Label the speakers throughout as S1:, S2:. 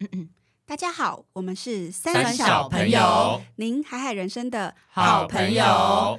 S1: 嗯嗯，大家好，我们是
S2: 三小朋友，
S1: 您海海人生的
S2: 好朋友。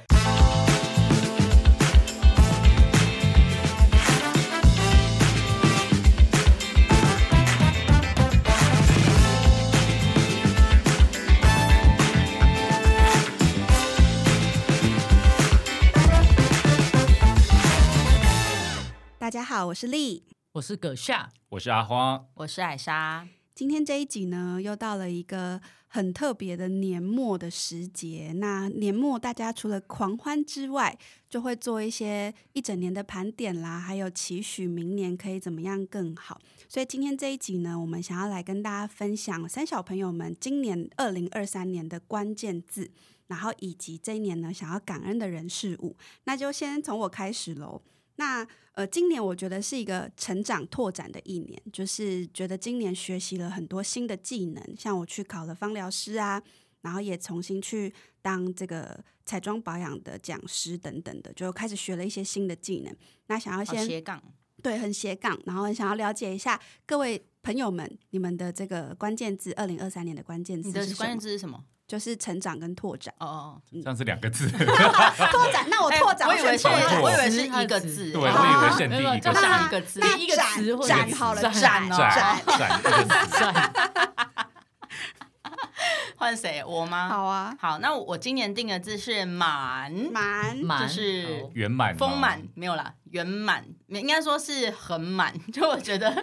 S1: 大家好，我是丽。
S3: 我是葛夏，
S2: 我是阿花，
S4: 我是艾莎，
S1: 今天这一集呢，又到了一个很特别的年末的时节。那年末大家除了狂欢之外，就会做一些一整年的盘点啦，还有期许明年可以怎么样更好。所以今天这一集呢，我们想要来跟大家分享三小朋友们今年二零二三年的关键字，然后以及这一年呢想要感恩的人事物。那就先从我开始喽。那呃，今年我觉得是一个成长拓展的一年，就是觉得今年学习了很多新的技能，像我去考了芳疗师啊，然后也重新去当这个彩妆保养的讲师等等的，就开始学了一些新的技能。那想要
S4: 好
S1: 先
S4: 斜杠。
S1: 对，很斜杠，然后很想要了解一下各位朋友们，你们的这个关键字，二零二三年的关键字
S4: 你的
S1: 是什
S4: 关键
S1: 么？
S4: 字是什么？
S1: 就是成长跟拓 展。
S4: 哦哦，
S2: 这样是两个字，
S1: 拓展，那我
S4: 哦，
S1: 拓展，
S4: 我以为是，
S1: 选拓展
S4: 我以为是一个字，
S2: 对，我
S1: 好
S2: 以为限定一
S3: 没有
S2: 个
S3: 这
S2: 字
S3: 样
S4: 一个字，
S1: 那
S3: 第一个
S1: 展
S3: 词或者
S1: 展
S3: 一个
S1: 好了，
S3: 展
S1: 展
S4: 哦
S1: 展
S2: 展展一个字，
S4: 换谁？我吗？
S1: 好啊，
S4: 好，那我今年定的字是满，
S1: 蛮
S3: 满
S4: 就是
S3: 好
S2: 圆满吗
S4: 丰满，没有啦，圆满，应该说是很满。 就我觉得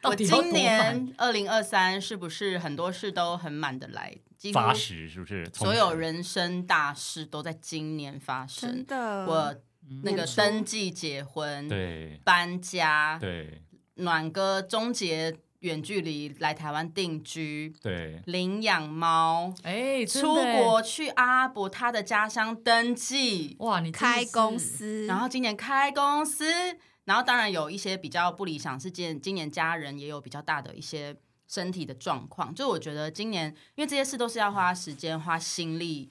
S3: 到
S4: 我
S3: 底要
S4: 今
S3: 多满
S4: 年二零二三是不是很多事都很满的来，几乎
S2: 扎实是不是？
S4: 所有人生大事都在今年发
S1: 真
S4: 生。
S1: 的，
S4: 我那个
S1: 年初
S4: 登记结婚，
S2: 对
S4: 搬家，
S2: 对
S4: 暖哥终结远距离来台湾定居，
S2: 对，
S4: 领养猫，
S3: 哎，真
S4: 出
S3: 的耶
S4: 国去阿拉伯他的家乡登记，
S3: 哇，你真的
S1: 开
S3: 是
S1: 公，司，
S2: 嗯
S4: 然后今年开公司，然后当然有一些比较不理想，是今今年家人也有比较大的一些身体的状况，就我觉得今年因为这些事都是要花时间、花心力、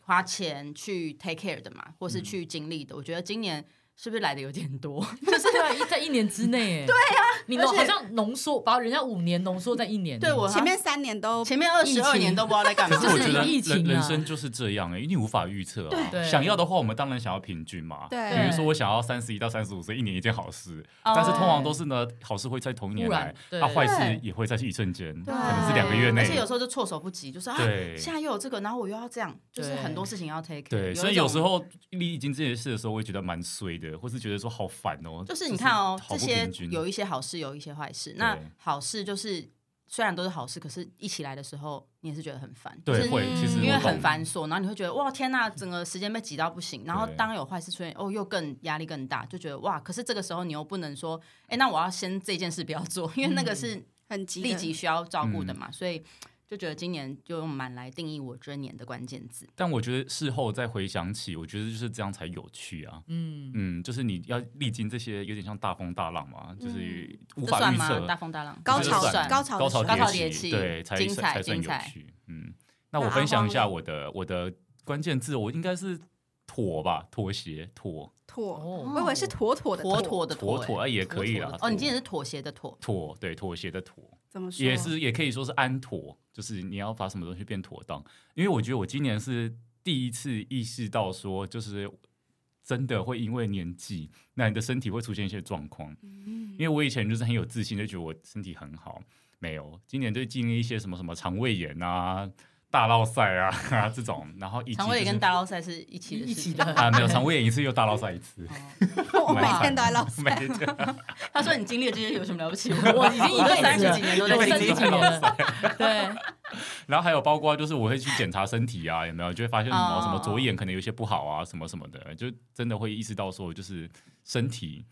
S4: 花钱去 take care 的嘛，
S2: 嗯
S4: 或是去经历的，我觉得今年是不是来的有点多？
S2: 嗯
S3: 就是对啊，在一年之内， 对啊，你都好像浓缩，把人家五年浓缩在一年，
S4: 对我好像
S1: 前面三年都
S4: 前面二十二年都不知道在干嘛
S2: 可，是我觉得
S3: 疫情啊
S2: 人人生就是这样哎，因为你无法预测啊。
S3: 对
S2: 想要的话，我们当然想要平均嘛。比
S1: 对
S2: 如说，我想要三十一到三十五岁，一年一件好事，
S4: 哦
S2: 但是通常都是呢，好事会在同一年
S3: 突
S2: 来
S3: 然，对
S2: 啊，坏事也会在一瞬间，可
S1: 对
S2: 能是两个月内
S4: 而。且有时啊候就措手不及，就是啊，
S2: 对
S4: 现在又有这个，然后我又要这样，就是
S3: 对
S4: 很多事情要 take care。
S2: 对，
S4: 一
S2: 所以有时
S4: 种
S2: 候历经这些事的时候，我也觉得蛮衰的，或是觉得说好烦哦。
S4: 就是你看哦，
S2: 好
S4: 这
S2: 不
S4: 些
S2: 平均
S4: 有一些好事，有一些坏事。那
S2: 对
S4: 好事就是虽然都是好事，可是一起来的时候，你也是觉得很烦，就
S2: 对
S4: 是
S2: 会，其实
S3: 嗯
S4: 因为
S2: 我懂
S4: 很繁琐，然后你会觉得哇天呐，整个时间被挤到不行。然后
S2: 对
S4: 当有坏事出现，哦又更压力更大，就觉得哇。可是这个时候你又不能说，哎，那我要先这件事不要做，因为那个是
S2: 嗯
S1: 很急的
S4: 立即需要照顾的嘛，所以就觉得今年就用满来定义我这年的关键字。
S2: 但我觉得事后再回想起，我觉得就是这样才有趣啊。
S3: 嗯，
S2: 嗯，就是你要历经这些，有点像大风大浪嘛，就是无
S4: 嗯这
S2: 法
S4: 算
S2: 预
S4: 吗？大
S2: 测，
S4: 风大浪，
S1: 高
S2: 这
S1: 潮
S2: 就算
S1: 高潮
S2: 高潮
S1: 的时候
S4: 高潮
S2: 迭
S4: 迭起
S2: 对，才
S4: 精彩
S2: 才算
S4: 精
S2: 有
S4: 彩
S2: 趣。嗯，那我
S1: 那
S2: 分
S1: 阿
S2: 享一
S1: 荒
S2: 下
S1: 嘞
S2: 我的我的关键字，我应该是妥吧，妥协，妥
S1: 妥，
S3: 哦
S1: 我以为是妥妥的
S4: 妥妥的
S2: 妥妥
S4: 欸
S2: 啊也可以
S4: 妥
S2: 啦
S4: 妥的哦，你今年是妥协的妥，
S2: 妥，对，妥协的妥。
S1: 怎么说
S2: 也是也可以说是安妥，就是你要把什么东西变妥当。因为我觉得我今年是第一次意识到说，就是真的会因为年纪，那你的身体会出现一些状况。因为我以前就是很有自信，就觉得我身体很好，没有。今年就经历一些什么什么肠胃炎啊、大闹赛啊 这种，然后以及、就是、
S4: 肠胃炎跟大捞赛是一起的事
S3: 一起
S4: 情，
S3: 的，
S2: 啊没有肠胃炎一次又大闹赛一次，
S1: 我每天都在唠，
S2: 每天
S4: 他说你经历了这些有什么了 不起？
S3: 我已经一辈子了
S4: 三十几年都在经历
S3: 一
S4: 这
S3: 起
S4: 些。
S3: 的，对，
S2: 然后还有包括就是我会去检查身体 啊，有没有就会发现什么
S4: 哦
S2: 什么左眼可能有些不好啊，什么什么的，就真的会意识到说就是身体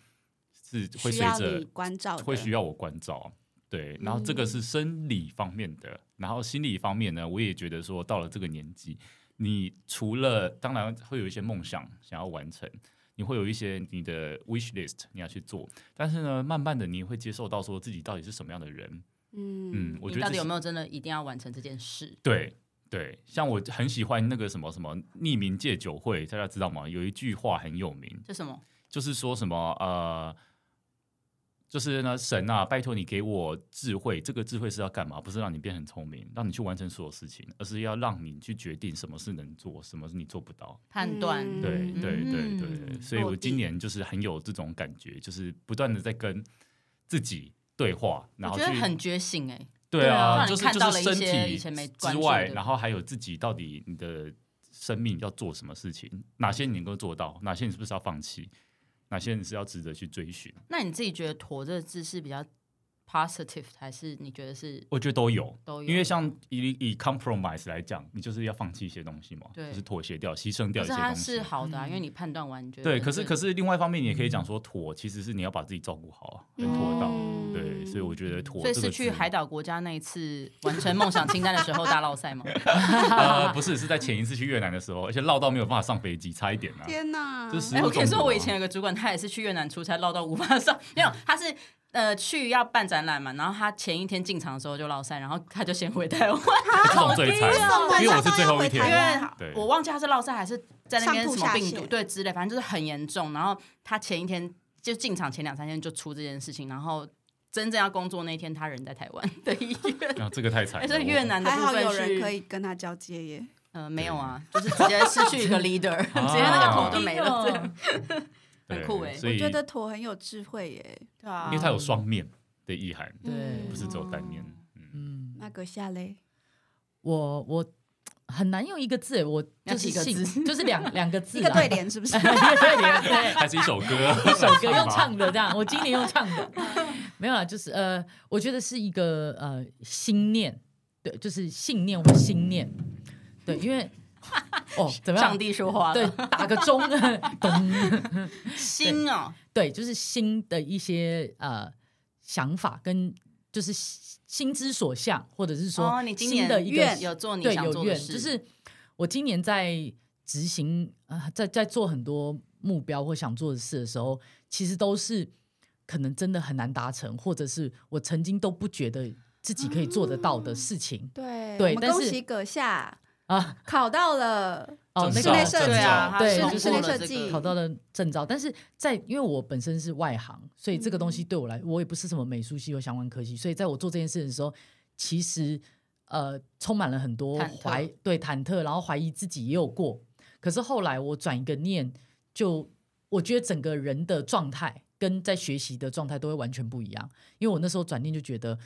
S2: 是会
S1: 需
S2: 随
S1: 要
S2: 着
S1: 你关照的，
S4: 哦
S2: 会需要我关照。对，然后这个是生理方面
S4: 嗯
S2: 的，然后心理方面呢，我也觉得说到了这个年纪，你除了当然会有一些梦想想要完成，你会有一些你的 wish list 你要去做，但是呢，慢慢的你会接受到说自己到底是什么样的人。嗯
S1: 嗯，，
S2: 我觉得
S4: 你到
S2: 这
S4: 底
S2: 是
S4: 有没有真的一定要完成这件事？
S2: 对对，像我很喜欢那个什么什么匿名戒酒会，大家知道吗？有一句话很有名，
S4: 这什么？
S2: 就是说什么呃，就是呢，神啊，拜托你给我智慧。这个智慧是要干嘛？不是让你变很聪明，让你去完成所有事情，而是要让你去决定什么是能做，什么是你做不到。
S4: 判断。
S1: 嗯
S2: 对对对对对，
S4: 嗯
S2: 所以我
S1: 落地
S2: 今年就是很有这种感觉，就是不断的在跟自己对话，然
S4: 我
S2: 后
S4: 觉
S2: 去
S4: 得很觉醒哎、
S2: 对啊，
S4: 让你
S2: 就是
S4: 看
S2: 就
S4: 到
S2: 是
S4: 了一
S2: 身
S4: 些
S2: 体
S4: 以前没关
S2: 之
S4: 注
S2: 外，
S4: 的
S2: 然后还有自己到底你的生命要做什么事情，哪些你能够做到，哪些你是不是要放弃，哪些你是要值得去追寻，
S4: 那你自己觉得“驼”这个字是比较 positive，还是你觉得是
S2: 我觉得都有。
S4: 都有？
S2: 因为像以以 compromise 来讲，你就是要放弃一些东西嘛，
S4: 对
S2: 就是妥协掉、牺牲掉一
S4: 可是
S2: 些
S4: 它
S2: 东西
S4: 是。好嗯的啊，
S3: 嗯
S4: 因为你判断完你觉得
S2: 对，可是可
S4: 是
S2: 是另外一方面，你也可以讲说妥，其实是你要把自己照顾好啊，跟妥当。
S1: 嗯
S2: 对，所以我觉得妥
S4: 所以
S2: 这个
S4: 是去
S2: 字
S4: 海岛国家那一次完成梦想清单的 时候大闹赛吗？
S2: 呃，不是，是在前一次去越南的时候，而且绕到没有办法上飞机，差一点啊。
S1: 天哪！
S2: 这是
S4: 哎、我跟你说，
S2: 中国啊
S4: 我以前有个主管，他也是去越南出差，唠到无法上。 没有，他是呃去要办展览嘛，然后他前一天进场的时候就落赛，然后他就先回台湾，
S2: 哎这种最惨
S1: 为什么，
S2: 因为我是最后一
S1: 哦要
S2: 天
S1: 回
S4: 因
S1: 台湾，
S2: 对
S4: 为我忘记他是落赛还是在那
S1: 上
S4: 边什
S1: 吐
S4: 么
S1: 下
S4: 病毒
S1: 泻
S4: 对之类，反正就是很严重。然后他前一天就进场前两三天就出这件事情，然后真正要工作那天，他人在台湾的医院。
S2: 啊，这个太惨
S4: 哎，
S2: 了。
S4: 所以越
S2: 我
S4: 南的
S1: 还
S4: 部
S1: 好有
S4: 分
S1: 人可
S4: 是
S1: 以跟他交接耶。
S4: 呃没有啊，就是直接失去一个 leader，
S2: 啊
S4: 直接那个头就没
S3: 哦
S4: 了。这样
S2: 对
S4: 很酷哎
S2: 所
S1: 我
S2: 以
S1: 觉
S2: 因
S1: 得驼很有智慧耶。
S4: 对啊，
S2: 为它有双面的意涵，
S3: 对
S1: 嗯
S2: 不是只有单面。嗯，
S3: 嗯，
S1: 那阁下嘞，
S3: 我我很难用一个字，我
S4: 要
S3: 就是
S4: 几个
S3: 信
S4: 字
S3: 就是两两个字
S1: 一
S3: 啦，
S1: 个对联是不 是？
S3: 一个对联，对。
S2: 还是一首歌，
S3: 一首 歌用
S2: 吧
S3: 唱的这样，我今年用唱 的，没有啦，就是呃，我觉得是一个呃心念，对，就是信念或心念，对，因 为哦怎么
S4: 上
S3: 样？
S4: 帝说话了，
S3: 对，打个钟， 咚，
S4: 心哦，
S3: 对，就是心的一些呃想法跟就是心之所向，或者是说
S4: 哦，你今
S3: 新
S4: 年
S3: 的一个
S4: 愿有做你
S3: 对，
S4: 想
S3: 有
S4: 做的
S3: 怨，
S4: 事，
S3: 就是我今年在执行啊、呃在在做很多目标或想做的事的时候，其实都是可能真的很难达成，或者是我曾经都不觉得自己可以做得到的
S4: 啊
S3: 事情
S1: 对
S3: 对
S1: 我们
S3: 但
S1: 恭
S3: 是
S1: 喜阁下
S3: 啊。
S1: 考到了
S3: 哦，那
S1: 室
S2: 证照
S1: 内
S3: 个
S1: 设
S4: 对啊，
S1: 计，
S4: 他
S3: 对
S4: 通
S3: 就是
S4: 过
S1: 室内设
S4: 了这个
S1: 计
S3: 考到了证照，但是在因为我本身是外行，所以这个东
S4: 嗯
S3: 西对我来，我也不是什么美术系或相关科系，所以在我做这件事的时候，其实呃充满了很多
S4: 忐忑
S3: 怀对忐忑，然后怀疑自己也有过。可是后来我转一个念，就我觉得整个人的状态跟在学习的状态都会完全不一样，因为我那时候转念就觉得。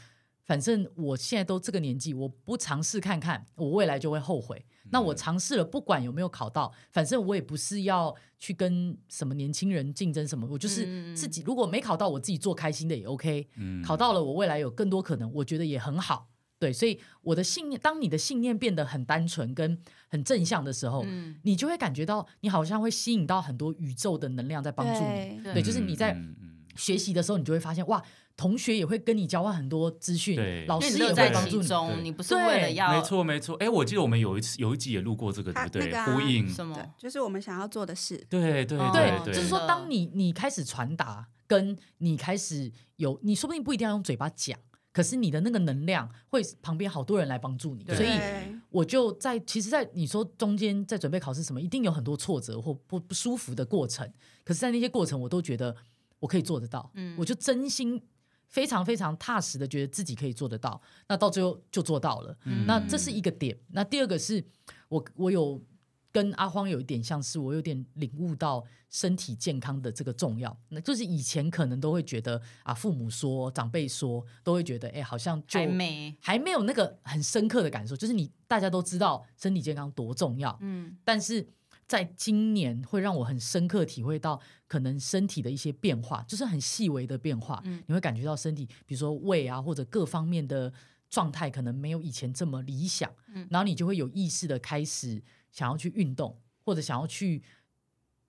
S3: 反正我现在都这个年纪，我不尝试看看，我未来就会后悔。
S4: 嗯
S3: 那我尝试了，不管有没有考到，反正我也不是要去跟什么年轻人竞争什么，我就是
S4: 嗯
S3: 自己如果没考到，我自己做开心的也 OK。
S2: 嗯
S3: 考到了，我未来有更多可能，我觉得也很好。对，所以我的信念，当你的信念变得很单纯跟很正向的时候，
S4: 嗯，
S3: 你就会感觉到你好像会吸引到很多宇宙的能量在帮助你。
S1: 对
S3: 对就是你在
S2: 嗯嗯嗯
S3: 学习的时候，你就会发现哇，同学也会跟你交换很多资
S2: 对
S3: 讯，老
S4: 因为
S3: 师
S4: 你
S3: 也
S4: 乐
S3: 会
S4: 在
S3: 帮助
S4: 其
S3: 你。
S2: 对
S4: 中，你不是为了要
S2: 没错没错。哎，我记得我们有一次有一集也录过这个，对
S1: 他
S2: 不对
S1: 那个？啊
S2: 呼应，
S4: 什么
S1: 对，就是我们想要做的事。
S2: 对对
S4: 哦
S3: 对，
S2: 对，
S3: 就是说，当你你开始传达，跟你开始有，你说不定不一定要用嘴巴讲，可是你的那个能量会旁边好多人来帮助你，
S4: 对
S3: 所以
S1: 对
S3: 我就在，其实，在你说中间在准备考试什么，一定有很多挫折或不不舒服的过程。可是，在那些过程，我都觉得我可以做得到，
S4: 嗯
S3: 我就真心非常非常踏实的觉得自己可以做得到。那到最后就做到了，
S2: 嗯
S3: 那这是一个点。那第二个是我我有跟阿荒有一点像是，我有点领悟到身体健康的这个重要。那就是以前可能都会觉得啊，父母说、长辈说，都会觉得哎、好像就
S4: 还没，
S3: 还没有那个很深刻的感受，就是你大家都知道身体健康多重要，
S4: 嗯，
S3: 但是在今年会让我很深刻体会到可能身体的一些变化，就是很细微的变化，
S4: 嗯
S3: 你会感觉到身体，比如说胃啊或者各方面的状态可能没有以前这么理想，
S4: 嗯
S3: 然后你就会有意识的开始想要去运动，或者想要去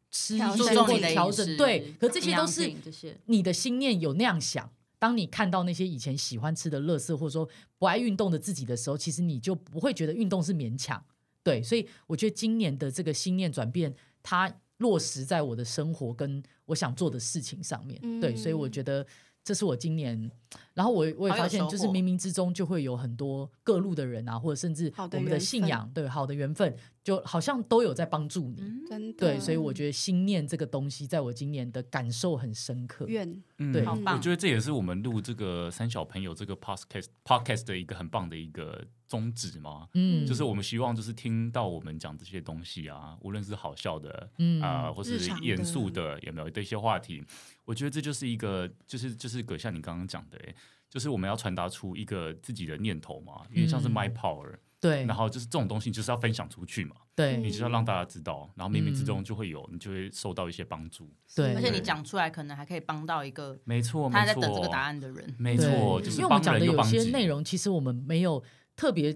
S3: 吃一
S1: 调
S3: 些
S4: 注
S1: 整
S4: 重
S3: 或
S4: 你
S3: 者
S4: 的
S3: 嗯调
S4: 饮
S3: 整，
S4: 食
S3: 对，可这些
S4: 营
S3: 都
S4: 养
S3: 是
S4: 品这些，
S3: 你的心念有那样想，当你看到那些以前喜欢吃的垃圾，或者说不爱运动的自己的时候，其实你就不会觉得运动是勉强。对，所以我觉得今年的这个心念转变，它落实在我的生活跟我想做的事情上面。
S1: 嗯
S3: 对，所以我觉得这是我今年，然后我我也
S4: 好有
S3: 发现，
S4: 收
S3: 就是
S4: 获
S3: 冥冥之中就会有很多各路的人啊，或者甚至
S1: 好的
S3: 我们的
S1: 缘
S3: 信
S1: 分
S3: 仰，对好的缘分，就好像都有在帮助你。
S4: 嗯，
S1: 真的
S3: 对，所以我觉得心念这个东西，在我今年的感受很深刻。
S1: 愿
S2: 嗯
S3: 对
S4: 好
S1: 嗯
S4: 棒
S2: 我觉得这也是我们录这个三小朋友这个 podcast podcast 的一个很棒的一个宗旨嘛，
S3: 嗯，
S2: 就是我们希望就是听到我们讲这些东西啊，无论是好笑的，
S3: 嗯
S2: 啊、或是
S1: 日常的
S2: 严肃的，有没有的一些话题？我觉得这就是一个，就是就是葛像你刚刚讲的、欸，就是我们要传达出一个自己的念头嘛，因为像是
S3: 嗯
S2: my power，、
S3: 对
S2: 然后就是这种东西你就是要分享出去嘛，
S3: 对
S2: 你就是要让大家知道，然后冥冥之中
S3: 嗯
S2: 就会有，你就会受到一些帮助。
S3: 对，
S4: 而且你讲出来，可能还可以帮到一个
S2: 没错，
S4: 他
S2: 没
S4: 在
S2: 错，
S4: 等这个答案的人。
S2: 没
S3: 对
S2: 错，就
S3: 因
S2: 是
S3: 为我们
S2: 帮
S3: 讲的
S2: 人又
S3: 有
S2: 帮
S3: 些
S2: 己
S3: 内容，其实我们没有特别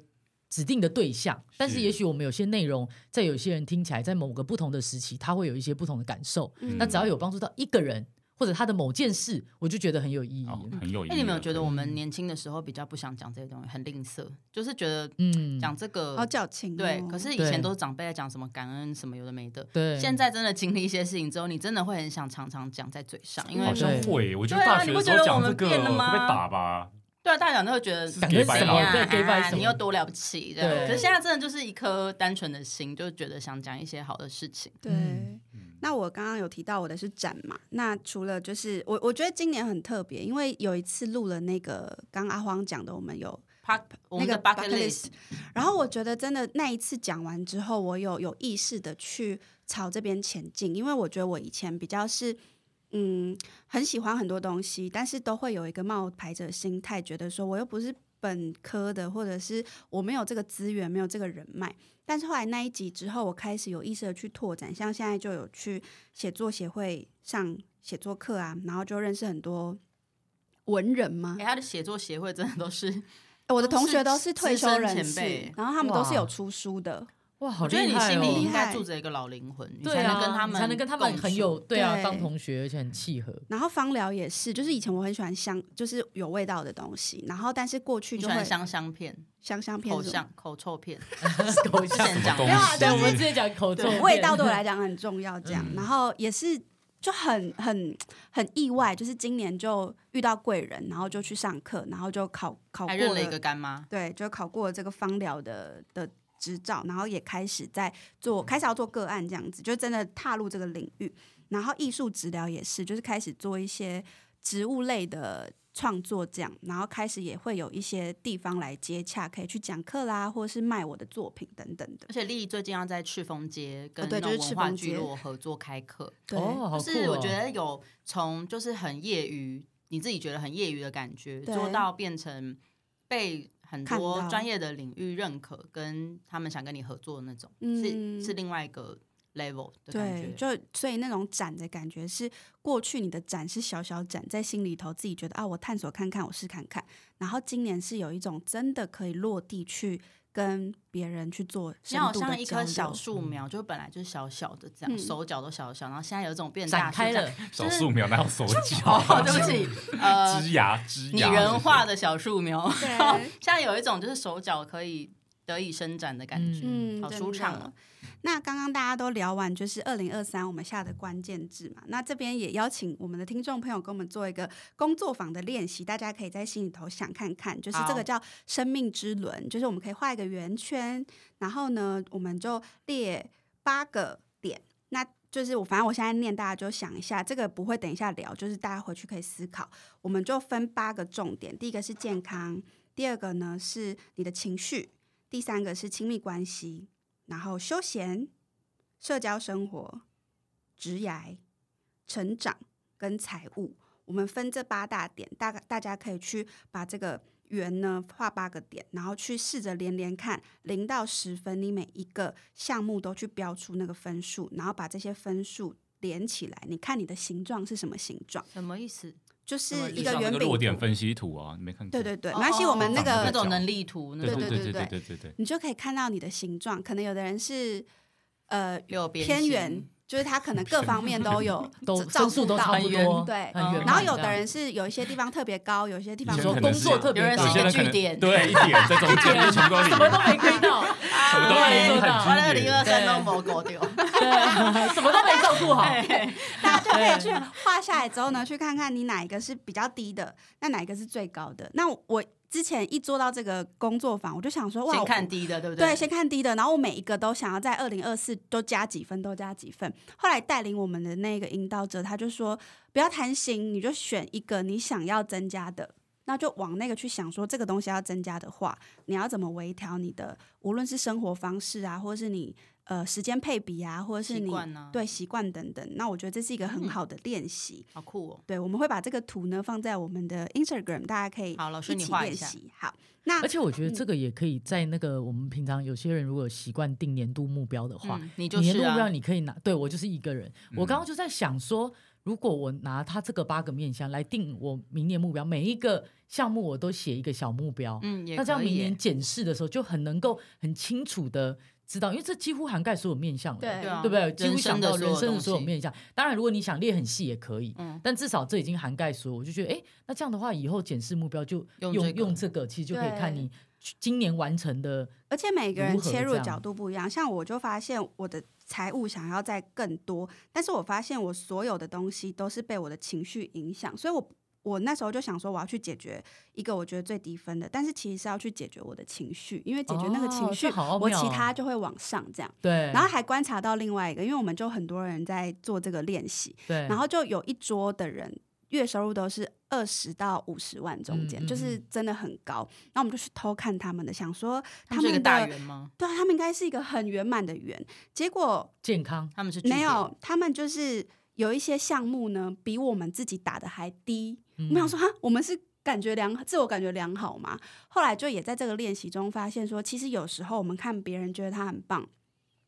S3: 指定的对象，但是
S2: 是
S3: 也许我们有些内容，在有些人听起来，在某个不同的时期，他会有一些不同的感受。
S1: 嗯
S3: 那只要有帮助到一个人或者他的某件事，我就觉得很有意义
S2: 哦
S3: 了。
S2: 很有意义
S4: 哎，
S2: 的。
S4: 你们有觉得我
S3: 嗯
S4: 们年轻的时候比较不想讲这些东西，很吝啬，就是觉得
S3: 嗯，
S4: 讲这个
S1: 好矫情哦。
S4: 对，可是以
S3: 对
S4: 前都是长辈在讲什么感恩什么有的没的，
S3: 对，
S4: 现在真的经历一些事情之后，你真的会很想常常讲在嘴上，因为
S2: 好像
S3: 对
S2: 会欸，我觉得
S4: 对啊
S2: 大
S4: 你
S2: 学
S4: 不
S2: 的时
S4: 觉
S2: 候
S4: 得
S2: 讲
S4: 我
S2: 这
S4: 们
S2: 个
S4: 变了
S2: 会被
S4: 吗
S2: 打吧？
S4: 对啊，大家讲都会觉得
S3: 感
S2: 给
S3: 恩
S2: 白
S3: 什
S4: 怎
S2: 了
S3: 么？
S4: 样
S3: 对，给白
S4: 啊
S3: 什么？
S4: 你又多了不起的。
S3: 对
S4: 可是现在真的就是一颗单纯的心，就觉得想讲一些好的事情。
S1: 对
S3: 嗯，
S1: 那我刚刚有提到我的是展嘛，那除了就是我，我觉得今年很特别，因为有一次录了那个刚阿荒讲的，我们有，
S4: p 我们的 bucket list，
S1: 然后我觉得真的那一次讲完之后，我有有意识的去朝这边前进，因为我觉得我以前比较是。嗯，很喜欢很多东西，但是都会有一个冒牌者心态，觉得说我又不是本科的，或者是我没有这个资源，没有这个人脉。但是后来那一集之后，我开始有意识的去拓展，像现在就有去写作协会上写作课啊，然后就认识很多文人嘛
S4: 哎、。他的写作协会真的都是，
S1: 我的
S4: 都
S1: 同
S4: 是
S1: 学都是退
S4: 资
S1: 休
S4: 深
S1: 人
S4: 前
S1: 士
S4: 辈，
S1: 然后他们都是有
S3: 哇
S1: 出书的。
S3: 哇，好
S4: 我觉得
S3: 厉
S4: 你
S3: 害
S4: 心
S3: 哦！
S4: 里应
S1: 害
S4: 该住着一个老灵魂，你
S3: 对
S4: 才
S3: 啊，
S4: 能跟他
S3: 你
S4: 们
S3: 才能跟他们
S4: 共
S3: 很
S4: 处
S3: 有对啊，
S1: 对
S3: 当同学而且很契 合。
S1: 然后芳疗也是，就是以前我很喜欢香，就是有味道的东西。然后但是过去
S4: 你
S1: 就
S4: 喜
S1: 会
S4: 欢香香片、
S1: 香香片
S4: 口
S1: 什么，
S4: 香、口臭片，
S3: 口
S4: 之
S3: 像
S4: 前讲
S2: 什么东
S3: 没
S4: 的
S3: 有啊，
S2: 西
S3: 对，我们之前讲口臭
S4: 对
S1: 味 道对我来讲很重要。这样，
S2: 嗯
S1: 然后也是就很很很意外，就是今年就遇到贵人，然后就去上课，然后就考考过
S4: 还认了一个干妈，
S1: 对，就考过了这个芳疗的的执照，然后也开始在做，开始要做个案这样子，就真的踏入这个领域。然后艺术治疗也是，就是开始做一些植物类的创作这样，然后开始也会有一些地方来接洽，可以去讲课啦，或是卖我的作品等等的
S4: 而。且丽丽最近要在赤峰街跟
S1: 哦
S4: 那
S1: 对就是
S4: 种
S1: 赤
S4: 文
S1: 峰
S4: 化聚
S1: 街
S4: 落合作开课，
S1: 对，
S3: 哦，好
S4: 就
S3: 酷
S4: 是我
S3: 哦
S4: 觉得有从就是很业余，你自己觉得很业余的感觉，
S1: 对
S4: 做到变成被很
S1: 看
S4: 多
S1: 到
S4: 专业的领域认可，跟他们想跟你合作的那种，
S1: 嗯
S4: 是是另外一个 level 的感
S1: 对
S4: 觉，。
S1: 就所以那种展的感觉是，过去你的展是小小展，在心里头自己觉得啊，我探索看看，我试看看。然后今年是有一种真的可以落地去跟别人去做
S4: 你
S1: 深
S4: 好
S1: 度的
S4: 像一
S1: 交
S4: 棵
S1: 流
S4: 小树苗，就本来就是小小的这样，
S1: 嗯
S4: 手脚都小小，然后现在有一种变
S3: 展
S4: 大树
S3: 开
S4: 这样
S3: 了，
S2: 小树苗哪有手
S4: 哦，
S2: 脚？
S4: 对不起，呃，
S2: 枝芽枝
S4: 拟
S2: 芽，
S4: 人化的小树苗，
S1: 对
S4: 然后现在有一种就是手脚可以得以伸展的感觉。
S1: 嗯，
S4: 好
S1: 真
S4: 舒畅
S1: 的
S4: 哦
S1: 那刚刚大家都聊完，就是二零二三我们下的关键字嘛。那这边也邀请我们的听众朋友跟我们做一个工作坊的练习，大家可以在心里头想看看，就是这
S4: 好
S1: 个叫生命之轮，就是我们可以画一个圆圈，然后呢，我们就列八个点。那就是我，反正我现在念，大家就想一下，这个不会等一下聊，就是大家回去可以思考。我们就分八个重点，第一个是健康，第二个呢是你的情绪，第三个是亲密关系，然后休闲、社交生活、职涯、成长跟财务，我们分这八大点，大概大家可以去把这个圆呢画八个点，然后去试着连连看，零到十分，你每一个项目都去标出那个分数，然后把这些分数连起来，你看你的形状是什么形状，
S4: 什么意思？
S1: 就是
S4: 什么
S1: 一
S4: 意思
S1: 个
S2: 像那
S1: 圆
S2: 个
S1: 饼
S2: 落点
S1: 图
S2: 分析图啊，你没看过？
S1: 对对对，
S4: 哦
S1: 没关系，
S4: 哦
S1: 我们那
S2: 哦
S1: 个
S4: 那
S2: 那
S4: 种
S2: 种
S4: 能力图，那
S2: 对
S4: 种
S2: 对
S1: 对对
S2: 对对对对对。
S1: 你就可以看到你的形状。可能有的人是呃
S4: 六边
S1: 偏
S4: 形
S1: 圆，就是他可能各方面都有
S3: 都
S1: 照
S3: 分数都
S1: 照
S3: 差
S1: 顾
S3: 不
S1: 到
S3: 多，
S1: 对
S3: 很圆满
S1: 然后有的
S3: 这样
S1: 人是有一些地方特别高，有一些地方
S3: 你
S2: 有些
S3: 说
S2: 人可
S3: 工
S2: 能是
S3: 作特别
S4: 有人
S3: 高
S4: 是
S2: 有
S4: 一
S2: 些
S4: 个
S2: 人可
S4: 据
S2: 能
S4: 点
S2: 对一点在中间，全部都
S3: 什么都
S2: 零，
S3: 没 亏到，
S4: 什
S2: 么都
S3: 没做到
S4: 完了，二零二三
S3: 对
S4: 都没搞丢。
S3: 对，什么都没照顾 好，
S1: 大家就可以去画下来之后呢，去看看你哪一个是比较低的，那哪一个是最高的。那我之前一做到这个工作坊，我就想说，哇，
S4: 先看低的，对不
S1: 对，先看低的，然后我每一个都想要在二零二四都加几分，都加几分。后来带领我们的那个引导者，他就说不要贪心，你就选一个你想要增加的，那就往那个去想说这个东西要增加的话，你要怎么微调你的，无论是生活方式啊，或者是你呃时间配比啊，或者是
S4: 习
S1: 你
S4: 惯嗯呢？，
S1: 对习惯等等。那我觉得这是一个很好的练习。
S4: 好酷哦。
S1: 对，我们会把这个图呢放在我们的 Instagram，大家可以
S4: 好老师
S1: 一
S4: 你
S1: 起
S4: 画一
S1: 练
S4: 下
S1: 习。好，那
S3: 而且我觉得这个也可以在那个我们平常有些人如果有习惯定年度目标的话，
S4: 嗯，你
S3: 你
S4: 就是
S3: 的目标
S4: 啊，
S3: 你可以拿，对我就是一个人。我
S2: 嗯
S3: 刚刚就在想说，如果我拿他这个八个面向来定我明年目标，每一个项目我都写一个小目标，
S4: 嗯，也
S3: 那这样
S4: 可以
S3: 明
S4: 耶
S3: 年检视的时候就很能够很清楚的知道，因为这几乎涵盖所有面向了，
S1: 对
S4: 对啊，
S3: 对不对？几乎
S4: 人
S3: 想
S4: 生的
S3: 到人生的所有
S4: 所
S3: 面向。当然，如果你想列很细也可以，
S4: 嗯
S3: 但至少这已经涵盖所有。我就觉得，哎，那这样的话，以后检视目标就
S4: 用
S3: 用
S4: 这
S3: 这
S4: 个
S3: 个，其实就可以
S1: 对
S3: 看你去今年完成的。
S1: 而且每个人
S3: 如何
S1: 切入的
S3: 这样
S1: 角度不一样，像我就发现我的财务想要再更多，但是我发现我所有的东西都是被我的情绪影响，所以我。我那时候就想说，我要去解决一个我觉得最低分的，但是其实是要去解决我的情绪，因为解决那个
S3: 哦
S1: 情
S3: 这
S1: 绪，
S3: 好奥
S1: 我
S3: 妙
S1: 其
S3: 哦
S1: 他就会往上这样。
S3: 对，
S1: 然后还观察到另外一个，因为我们就很多人在做这个练习，
S3: 对，
S1: 然后就有一桌的人月收入都是二十到五十万中间，
S3: 嗯嗯
S1: 就是真的很高。然后我们就去偷看他们的，想说他
S4: 他们是一
S1: 们
S4: 个大
S1: 的。
S4: 圆吗？
S1: 对啊，他们应该是一个很圆满的圆，结果
S3: 健康
S4: 他们是
S1: 没
S4: 据点，
S1: 有，他们就是有一些项目呢，比我们自己打的还低。
S3: 嗯
S1: 我想说，哈，我们是感觉良自我感觉良好嘛？后来就也在这个练习中发现说，其实有时候我们看别人觉得他很棒，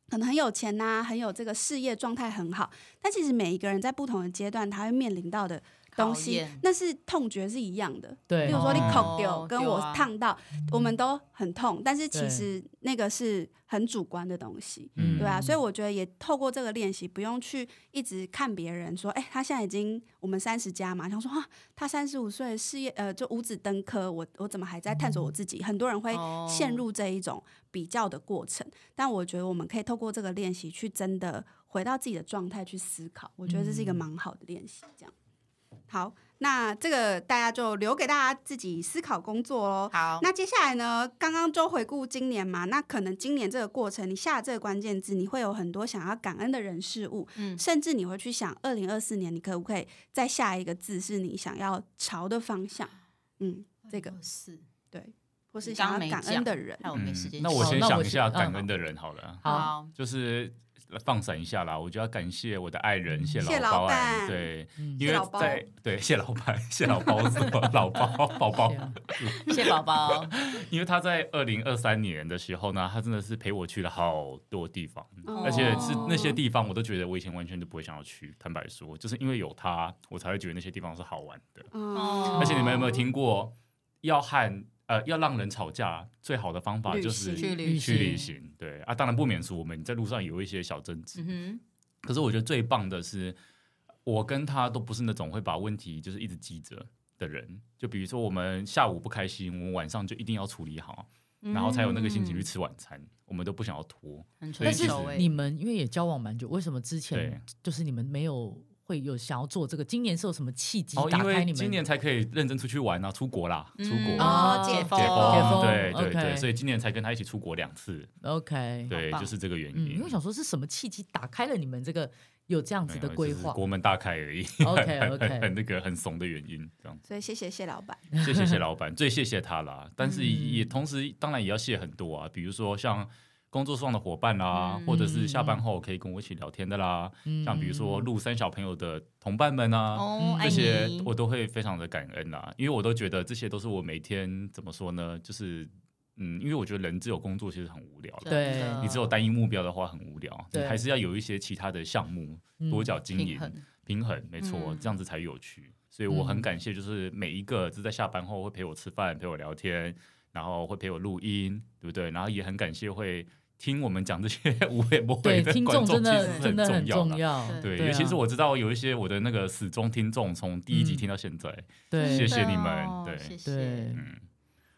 S1: 可能很有钱呐、很有这个事业状态很好，但其实每一个人在不同的阶段，他会面临到的东
S4: 考
S1: 西
S4: 验，
S1: 那是痛觉是一样的。
S3: 对，
S1: 比如说你
S4: 哦
S1: 口丢跟
S4: 对
S1: 我
S4: 啊
S1: 烫到，我们都很痛，但是其
S3: 对
S1: 实那个是很主观的东西。
S2: 嗯
S1: 对啊，所以我觉得也透过这个练习，不用去一直看别人说，哎、他现在已经我们三十加嘛，想说啊，他三十五岁事业呃就五子登科，我我怎么还在探索我自己？很多人会
S4: 哦
S1: 哎陷入这一种比较的过程，但我觉得我们可以透过这个练习去真的回到自己的状态去思考，我觉得这是一个蛮好的练习。这样，好，那这个大家就留给大家自己思考工作喽。
S4: 好，
S1: 那接下来呢？刚刚就回顾今年嘛，那可能今年这个过程，你下这个关键字，你会有很多想要感恩的人事物，
S4: 嗯
S1: 甚至你会去想，二零二四年你可不可以再下一个字是你想要朝的方向？嗯，这个
S4: 哦是，
S1: 对，或是
S4: 你刚
S1: 想
S4: 没
S1: 要感
S4: 讲
S1: 恩的人，
S4: 害我没时
S2: 嗯
S4: 间想。
S2: 那我
S3: 好
S2: 先
S3: 那我
S2: 想一
S3: 先
S2: 下
S3: 嗯
S2: 感
S3: 好
S2: 恩的人好了，啊
S3: 好，
S4: 好，
S2: 就是放闪一下啦。我就要感谢我的爱人，谢
S1: 谢
S2: 老
S1: 老板
S2: 对，
S3: 嗯
S2: 因
S1: 谢
S2: 为
S1: 老包
S2: 在对谢老板、谢老包、老包宝宝
S3: 谢，啊
S4: 谢宝宝，
S2: 因为他在二零二三年的时候呢，他真的是陪我去了好多地方，
S1: 哦
S2: 而且是那些地方我都觉得我以前完全都不会想要去。坦白说，就是因为有他，我才会觉得那些地方是好玩的。
S1: 哦
S2: 而且你们有没有听过，要和呃要让人吵架最好的方法
S1: 旅
S2: 就是
S1: 行去
S3: 旅
S2: 去旅
S3: 行
S2: 行。对啊，当然不免俗，我们在路上有一些小争执，
S4: 嗯
S2: 可是我觉得最棒的是，我跟他都不是那种会把问题就是一直记着的人。就比如说我们下午不开心，我们晚上就一定要处理好，
S4: 哼，
S2: 然后才有那个心情去
S4: 嗯，
S2: 吃晚餐。我们都不想要拖。
S4: 很
S2: 所以
S3: 但
S4: 成
S3: 是
S2: 其
S4: 熟
S2: 实
S4: 哎，
S3: 你们因为也交往蛮久，为什么之
S2: 对
S3: 前就是你们没有会有想要做这个？今年是有什么契机
S2: 哦，
S3: 打
S2: 因
S3: 开
S2: 为
S3: 你们？
S2: 今年才可以认真出去玩啊，出国啦，出国。
S4: 嗯
S3: 啊
S4: 哦，
S3: 解
S4: 解
S3: 封
S4: 封，
S2: 解
S3: 解封
S2: 对对
S3: OK
S2: 对，所以今年才跟他一起出国两次，
S3: OK，
S2: 对，
S4: 棒
S2: 就是这个原
S3: 嗯，因
S2: 因
S3: 为我。想说是什么契机打开了你们这个有这样子的
S2: 对啊
S3: 规
S2: 就是
S3: 划
S2: 国门大开而已。
S3: ？OK
S2: 很
S3: OK，
S2: 很那个很怂的原因，这 样
S1: 所以谢谢谢老板，
S2: 谢谢谢老板，最谢谢他啦。但是
S3: 嗯
S2: 也同时，当然也要谢很多啊，比如说像工作上的伙伴啦，
S4: 嗯
S2: 或者是下班后可以跟我一起聊天的啦，像比如说
S3: 嗯
S2: 录三小朋友的同伴们啊，
S4: 哦，爱
S2: 这些
S4: 你
S2: 我都会非常的感恩啦，因为我都觉得这些都是我每天怎么说呢，就是嗯，因为我觉得人只有工作其实很无聊的。
S4: 真
S3: 对
S4: 的
S2: 你只有单一目标的话很无聊，你
S3: 对
S2: 还是要有一些其他的项目
S3: 嗯
S2: 多角经
S4: 平
S2: 营，
S4: 衡，
S2: 平衡，没错，
S4: 嗯
S2: 这样子才有趣。所以我
S3: 嗯
S2: 很感谢，就是每一个就在下班后会陪我吃饭、陪我聊天，然后会陪我录音，对不对？然后也很感谢会听我们讲这些 无微不
S3: 对
S2: 会的
S3: 听
S2: 观
S3: 众真
S2: 其
S3: 的
S2: 实
S3: 真的很
S2: 重
S3: 重
S2: 要啦。
S3: 要，
S2: 对，
S3: 对啊
S2: 尤其是我知道有一些我的那个死忠听众，从第一集
S3: 嗯
S2: 听到现在，
S3: 对
S2: 谢谢你们
S4: 哦
S2: 对
S4: 谢谢，
S3: 对，
S2: 嗯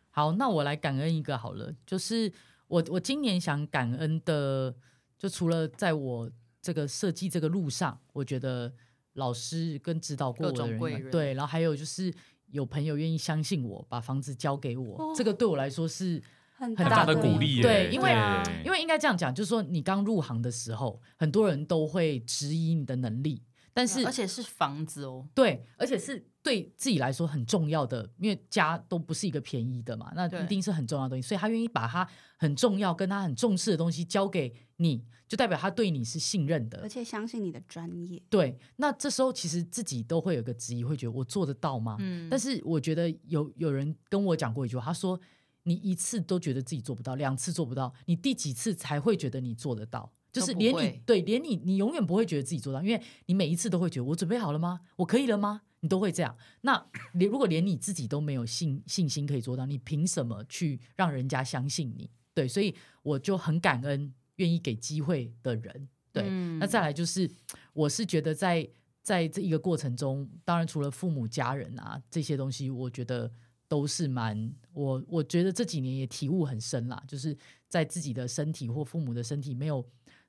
S3: 好，那我来感恩一个好了，就是我我今年想感恩的，就除了在我这个设计这个路上，我觉得老师跟指导过
S4: 各
S3: 我的
S4: 种
S3: 人
S4: 贵
S3: 嘛
S4: 人
S3: 对，然后还有就是有朋友愿意相信我，把房子交给我，
S1: 哦
S3: 这个对我来说是
S1: 很
S3: 很
S2: 大
S3: 大
S2: 的
S3: 的
S2: 鼓励耶，
S3: 对因为
S2: 对
S3: 因为应该这样讲，就是说你刚入行的时候，很多人都会质疑你的能力，但是
S4: 而且是房子哦，
S3: 对，而且是对自己来说很重要的，因为家都不是一个便宜的嘛，那
S4: 对
S3: 一定是很重要的东西，所以他愿意把他很重要、跟他很重视的东西交给你，就代表他对你是信任的
S1: 而。且相信你的专业。
S3: 对，那这时候其实自己都会有个质疑，会觉得我做得到吗？
S4: 嗯，
S3: 但是我觉得有有人跟我讲过一句话，他说：“你一次都觉得自己做不到，两次做不到，你第几次才会觉得你做得到？就是
S4: 都不
S3: 连你
S4: 会
S3: 对，连你，你永远不会觉得自己做到，因为你每一次都会觉得我准备好了吗？我可以了吗？你都会这样。那连如果连你自己都没有信 信心可以做到，你凭什么去让人家相信你？对，所以我就很感恩愿意给机会的人。对，
S4: 嗯
S3: 那再来就是，我是觉得在在这一个过程中，当然除了父母、家人啊这些东西，我觉得都是蛮我我觉得这几年也体悟很深啦，就是在自己的身体或父母的身体没有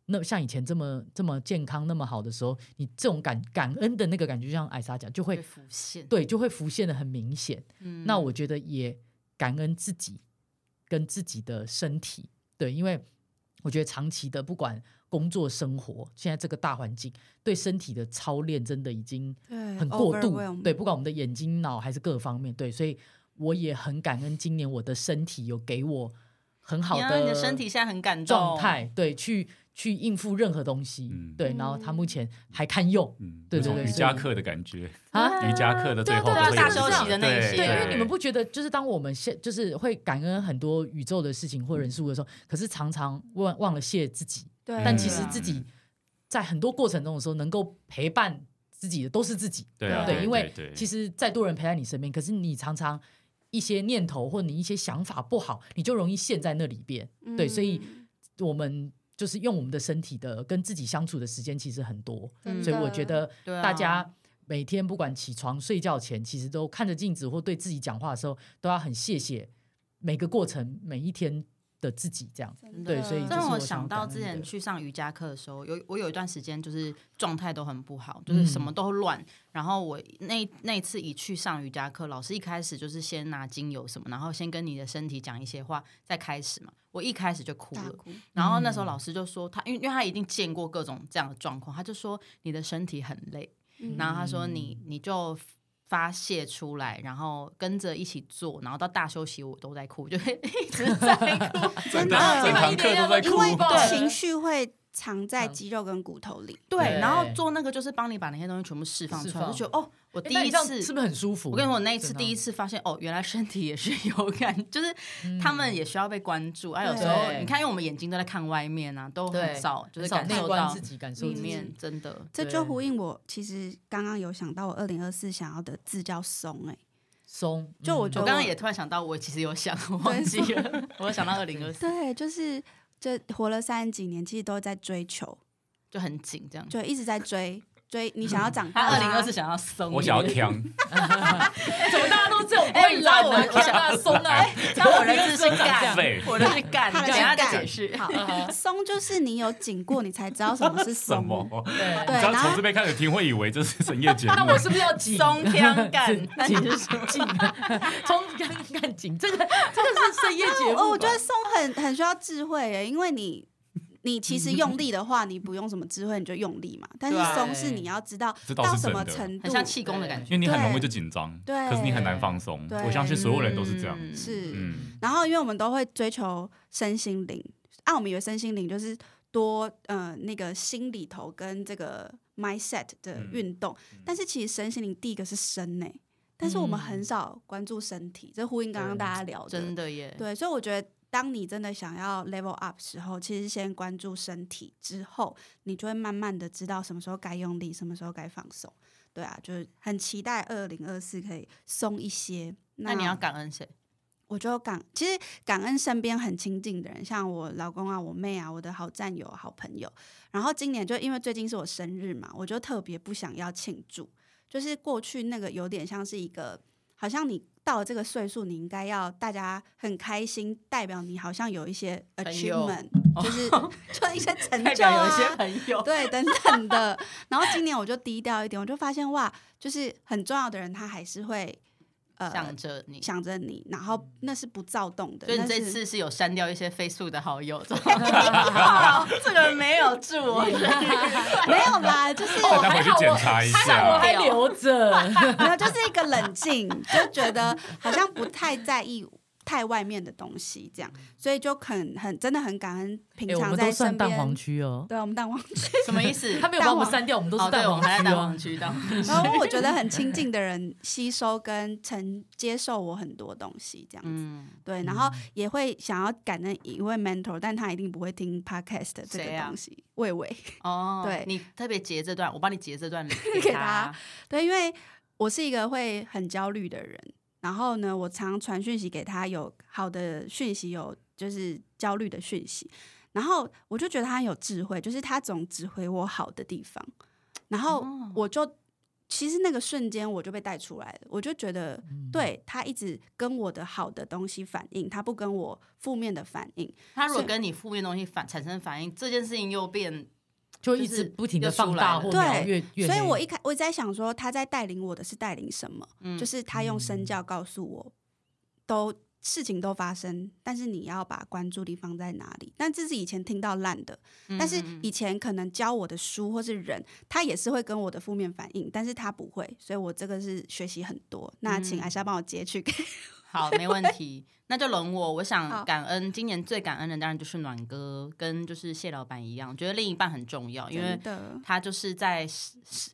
S3: 那像以前这么这么健康那么好的时候，你这种感感恩的那个感觉，就像艾莎讲，就
S4: 会
S3: 会
S4: 浮现。
S3: 对就会浮现的很明显。
S4: 嗯
S3: 那我觉得也感恩自己跟自己的身体，对，因为我觉得长期的不管工作生活，现在这个大环境对身体的操练真的已经
S1: 对，
S3: 很过度，对，
S1: 对，
S3: 不管我们的眼睛、脑还是各方面，对，所以我也很感恩今年我的身体有给我很好
S4: 呀
S3: 的
S4: 啊你的身体现在很感动
S3: 状态，对，去去应付任何东西，
S2: 嗯
S3: 对，然后它目前还堪用。
S2: 嗯，
S3: 对
S2: 有
S3: 对
S2: 种
S3: 对
S2: 瑜
S3: 所以
S2: 伽课的感觉，
S3: 啊
S2: 瑜伽课的最
S3: 对啊
S2: 后
S3: 对啊
S2: 都会有
S3: 大休息
S4: 的那一
S2: 对
S4: 些
S3: 对，因
S2: 对
S3: 为你们不觉得，就是当我们现就是会感恩很多宇宙的事情或人事物的时候，可是常常忘忘了谢自己。
S1: 对
S3: 但其实
S1: 对啊
S3: 自己在很多过程中的时候，能够陪伴自己的都是自己。
S2: 对啊，
S1: 对
S2: 对，
S3: 因为
S2: 对
S3: 其实再多人陪在你身边，可是你常常一些念头或你一些想法不好，你就容易陷在那里边。对，所以
S1: 嗯
S3: 我们就是用我们的身体的跟自己相处的时间其实很多，
S1: 真
S3: 所以我
S1: 的
S3: 觉得
S4: 对啊
S3: 大家每天不管起床、睡觉前，其实都看着镜子或对自己讲话的时候，都要很谢谢每个过程、每一天的自己这样。
S1: 真
S3: 对
S1: 的
S3: 所以
S4: 这
S3: 就是
S4: 让
S3: 我
S4: 我
S3: 想要
S4: 想到
S3: 感恩
S4: 之前
S3: 的
S4: 去上瑜伽课的时候，有我有一段时间就是状态都很不好，就是什
S3: 嗯
S4: 么都乱。然后我那那一次一去上瑜伽课，老师一开始就是先拿精油什么，然后先跟你的身体讲一些话，再开始嘛。我一开始就哭
S1: 大
S4: 了。
S1: 哭，
S4: 然后那
S3: 嗯
S4: 时候老师就说他，因为因为他一定见过各种这样的状况，他就说你的身体很累，
S1: 嗯
S4: 然后他说你你就发泄出来，然后跟着一起做，然后到大休息我都在哭，就 一直在哭。
S1: 真
S2: 然后
S1: 的
S2: 整堂课都在
S1: 因
S2: 哭
S1: 为
S2: 吧，
S4: 对
S1: 情绪会藏在
S3: 嗯
S1: 肌肉跟骨头里。
S4: 对，
S3: 对
S4: 然后做那个就是帮你把那些东西全部释放
S3: 释
S4: 出来，我
S3: 放
S4: 就觉得哦，我
S3: 诶
S4: 第
S3: 那你
S4: 一
S3: 这样
S4: 次
S3: 是不是很舒服？
S4: 我跟你说，我那一次
S3: 真的
S4: 第一次发现，哦，原来身体也是有感，就是他们也需要被关注。啊，有时候
S3: 嗯对
S4: 你看，因为我们眼睛都在看外面啊，都很
S3: 对
S4: 少就是
S3: 很少
S4: 感
S3: 内
S4: 受
S3: 观
S4: 到
S3: 自己，感受
S4: 里
S3: 自己
S4: 面真的
S1: 这
S3: 对
S1: 就呼应我，其实刚刚有想到我二零二四想要的字叫松、哎，
S3: 松。嗯
S1: 就我觉
S4: 我
S1: 得
S4: 刚刚也突然想到，我其实有想， 我忘记了，我有想到二零二四，
S1: 对，就是这活了三十几年，其实都在追求，
S4: 就很紧这样。
S1: 就啊一直在追追你想要长
S4: 他
S1: 大、
S4: 二零二四，想要松，
S2: 我想要强，
S3: 怎么大家都这种
S4: 哎你
S3: 观
S4: 知
S3: 察 我
S4: 道我
S3: 的
S4: 的
S3: 天啊，松啊！
S4: 但我的字是干
S2: 废，
S4: 我的是干，
S1: 他的
S4: 等
S1: 是
S4: 一下再
S1: 干
S4: 解释。
S1: 好，松就是你有紧过，你才知道什么是
S2: 什
S1: 松。
S2: 么？
S3: 对
S2: 你
S1: 对
S2: 知道
S1: 然后
S2: 从这边开始听，会以为这是深夜节目。
S3: 那我是不是要紧？，
S4: 松腔感那你是说
S3: 紧，松干干紧，这个这个是深夜节目吧。
S1: 哦，我觉得松很很需要智慧欸耶，因为你你其实用力的话，你不用什么智慧，你就用力嘛。但是
S4: 对
S1: 松是你要知道
S2: 这倒
S1: 到
S2: 是
S1: 什
S2: 真
S1: 么
S2: 的
S1: 程度
S4: 很，像气功的感
S2: 因
S4: 觉？
S2: 为你很容易就紧张，
S1: 对
S2: 可是你很难放松。
S1: 对
S2: 我相信所有人都是这样。
S4: 嗯
S1: 是
S2: 嗯，
S1: 然后，因为我们都会追求身心灵，啊，我们以为身心灵就是多呃那个心里头跟这个 mindset 的
S2: 嗯
S1: 运动，但是其实身心灵第一个是身呢、但是我们
S3: 嗯
S1: 很少关注身体，这呼应刚刚大家聊的，
S4: 真的耶，
S1: 对，所以我觉得。当你真的想要 level up 时候，其实先关注身体，之后你就会慢慢的知道什么时候该用力，什么时候该放松。对啊，就是很期待二零二四可以松一些。
S4: 那你要感恩谁？
S1: 我就感，其实感恩身边很亲近的人，像我老公啊、我妹啊、我的好战友、好朋友。然后今年就因为最近是我生日嘛，我就特别不想要庆祝，就是过去那个有点像是一个，好像你到了这个岁数，你应该要大家很开心，代表你好像有一些
S4: 朋友
S1: achievement，就是 就一些成
S4: 代
S1: 就
S4: 表
S1: 啊，
S4: 有一些朋友，
S1: 对，等等的。然后今年我就低调一点，我就发现哇，就是很重要的人，他还是会呃
S4: 想着你。
S1: 想着你，然后那是不躁动的。
S4: 所以你
S1: 那
S4: 这
S1: 是
S4: 次是有删掉一些 Facebook 的好友，哇这个人没有祝我生日
S1: 没有啦，就是
S2: 大
S4: 哦
S2: 家回去检查一
S3: 看
S2: 下。
S3: 我
S4: 啊
S3: 还留 着，哎
S1: 没有，就是一个冷静，就觉得好像不太在意太外面的东西，这样，所以就很很真的很感恩平
S3: 哎，我
S1: 常
S3: 们
S1: 在
S3: 都
S1: 身
S3: 算
S1: 边。
S3: 蛋黄区哦，
S1: 对，我们蛋 黄。
S4: 什么意思？
S3: 他没有把我们
S1: 蛋黄
S3: 删掉，我们都是
S4: 哦，对，
S3: 蛋
S4: 我
S3: 黄
S4: 们还在
S3: 区
S4: 蛋
S3: 哦
S4: 黄。区，蛋黄区。
S1: 然后我觉得很亲近的人吸收跟承接受我很多东西，这样子。
S4: 嗯，
S1: 对，然后也会想要感恩一位 mentor，但他一定不会听 podcast 的这
S4: 谁
S1: 个
S4: 啊
S1: 东西。魏魏，
S4: 哦，
S1: 对
S4: 你特别截这段，我帮你截这段 给
S1: 给他。对，因为我是一个会很焦虑的人，然后呢，我常传讯息给他，有好的讯息，有就是焦虑的讯息，然后我就觉得他很有智慧，就是他总指挥我好的地方，然后
S4: 哦
S1: 我就。其实那个瞬间我就被带出来了，我就觉得对他一直跟我的好的东西反应，他不跟我负面的反应，
S4: 他如果
S1: 所以
S4: 跟你负面东西反产生反应，这件事情又变
S3: 就一直不停的放大或
S1: 就是又出来
S3: 描
S1: 了
S3: 越越
S1: 所以我
S3: 黑
S1: 一开我一直在想说，他在带领我的是带领什么？
S4: 嗯
S1: 就是他用身教告诉我，都事情都发生，但是你要把关注力放在哪里？但这是以前听到烂的，但是
S4: 嗯嗯
S1: 以前可能教我的书或是人，他也是会跟我的负面反应，但是他不会，所以我这个是学习很多。那请
S4: 嗯
S1: 艾莎帮我截取给，
S4: 好，没问题。那就轮我，我想
S1: 好
S4: 感恩今年最感恩的当然就是暖哥，跟就是谢老板一样，觉得另一半很重要，因为
S1: 真的
S4: 他就是在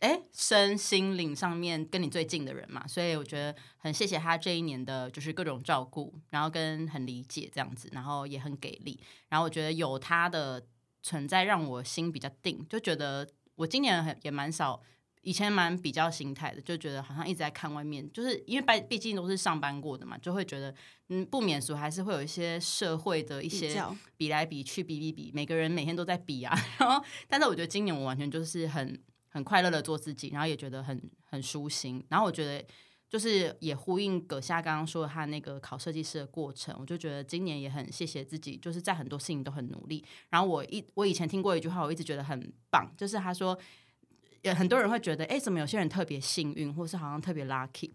S4: 哎身心灵上面跟你最近的人嘛，所以我觉得很谢谢他这一年的就是各种照顾，然后跟很理解这样子，然后也很给力，然后我觉得有他的存在让我心比较定，就觉得我今年很也蛮少。以前蛮比较心态的，就觉得好像一直在看外面，就是因为毕毕竟都是上班过的嘛，就会觉得嗯不免俗，还是会有一些社会的一
S1: 比
S4: 些
S1: 较
S4: 比来比去，比比比，每个人每天都在比啊。 然后，但是我觉得今年我完全就是很很快乐的做自己，然后也觉得很很舒心。然后我觉得就是也呼应葛夏刚刚说的他那个考设计师的过程，我就觉得今年也很谢谢自己，就是在很多事情都很努力。然后我一我以前听过一句话，我一直觉得很棒，就是他说，也很多人会觉得，哎，怎么有些人特别幸运，或是好像特别 lucky。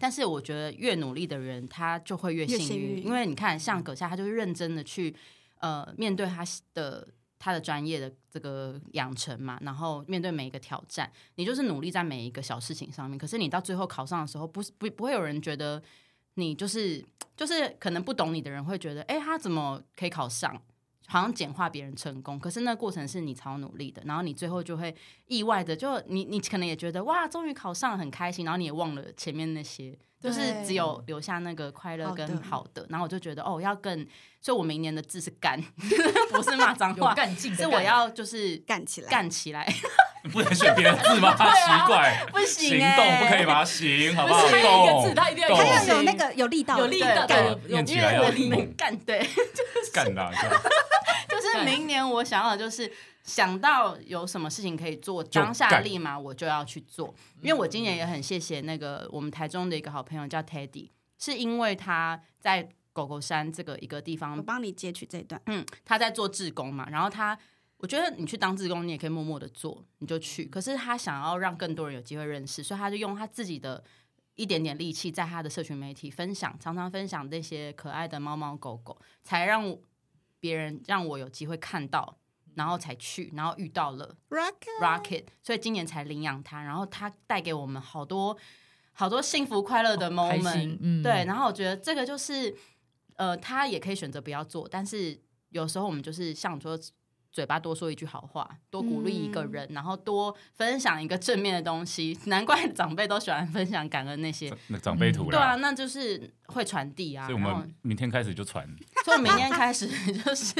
S4: 但是我觉得越努力的人，他就会越
S1: 越
S4: 幸运，
S1: 幸运
S4: 因为你看，像葛夏，他就是认真的去呃面对他的他的专业的这个养成嘛，然后面对每一个挑战，你就是努力在每一个小事情上面。可是你到最后考上的时候，不是不不会有人觉得你就是就是可能不懂你的人会觉得，哎、他怎么可以考上？好像简化别人成功，可是那过程是你超努力的，然后你最后就会意外的，就你你可能也觉得哇，终于考上了很开心，然后你也忘了前面那些，
S1: 对
S4: 就是只有留下那个快乐
S1: 好的
S4: 跟好的。然后我就觉得哦，要更，所以我明年的字是干， 不是骂脏
S3: 有
S4: 话，
S3: 干劲的
S4: 是
S3: 感觉，
S4: 我要就是
S1: 干起来，
S4: 干起来，
S2: 不能选别人字吗？奇怪，
S4: 不行
S2: 行
S4: 欸
S2: 动不可以吗？行，好
S3: 不
S2: 不好？
S3: 是还有一个 字，
S2: 动
S3: 他一定要
S2: 动
S1: 他
S3: 有
S2: 还
S3: 干
S1: 要有
S3: 劲
S1: 那个有力道的，
S3: 有力道的，
S4: 对
S2: 对
S3: 有
S2: 念起
S4: 因
S2: 来
S4: 为
S2: 要
S4: 我
S2: 力
S4: 能干 对。
S2: 干啊 啦，这样
S4: 就是明年我想要的就是想到有什么事情可以做，
S2: 就
S4: 当下
S2: 干
S4: 立马我就要去做。因为我今年也很谢谢那个我们台中的一个好朋友叫 Teddy，是因为他在狗狗山这个一个地
S1: 我
S4: 方，
S1: 帮你截取这一段。
S4: 嗯，他在做志工嘛，然后他。我觉得你去当志工，你也可以默默的做，你就去。可是他想要让更多人有机会认识，所以他就用他自己的一点点力气，在他的社群媒体分享，常常分享这些可爱的猫猫狗狗，才让我别人让我有机会看到，然后才去，然后遇到了
S1: Rock，
S4: Rocket，所以今年才领养它，然后它带给我们好多好多幸福快乐的 moment，、
S3: 心嗯
S4: 对，然后我觉得这个就是呃，他也可以选择不要做，但是有时候我们就是像你说。嘴巴多说一句好话，多鼓励一
S2: 嗯
S4: 个人，然后多分享一个正面的东西。 难怪长辈都喜欢分享感恩那些，
S2: 那长辈图
S4: 对
S2: 啦。
S4: 啊，那就是会传递啊。
S2: 所以我
S4: 然后
S2: 们明天开始就传，
S4: 所以明天开始 就是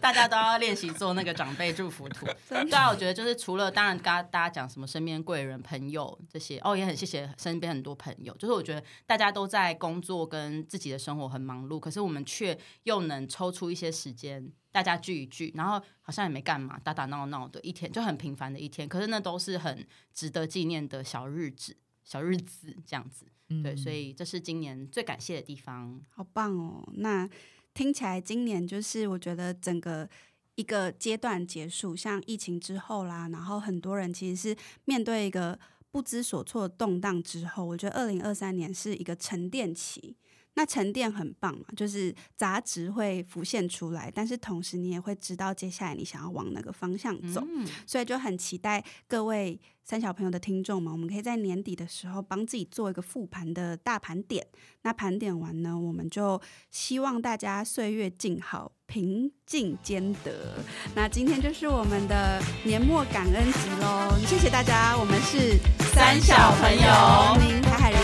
S4: 大家都要练习做那个长辈祝福图。对啊，我觉得就是除了当然刚刚大家讲什么身边贵人、朋友这些，哦，也很谢谢身边很多朋友。就是我觉得大家都在工作跟自己的生活很忙碌，可是我们却又能抽出一些时间。大家聚一聚，然后好像也没干嘛，打打闹闹的一天，就很平凡的一天。可是那都是很值得纪念的小日子，小日子这样子。
S3: 嗯
S4: 对，所以这是今年最感谢的地方。
S1: 好棒哦！那听起来今年就是我觉得整个一个阶段结束，像疫情之后啦，然后很多人其实是面对一个不知所措的动荡之后，我觉得二零二三年是一个沉淀期。那沉淀很棒嘛，就是杂质会浮现出来，但是同时你也会知道接下来你想要往哪个方向走。
S4: 嗯，
S1: 所以就很期待各位三小朋友的听众们，我们可以在年底的时候帮自己做一个复盘的大盘点。那盘点完呢，我们就希望大家岁月静好，平静兼得。那今天就是我们的年末感恩集喽，谢谢大家，我们是
S4: 三小朋友
S1: 您台海人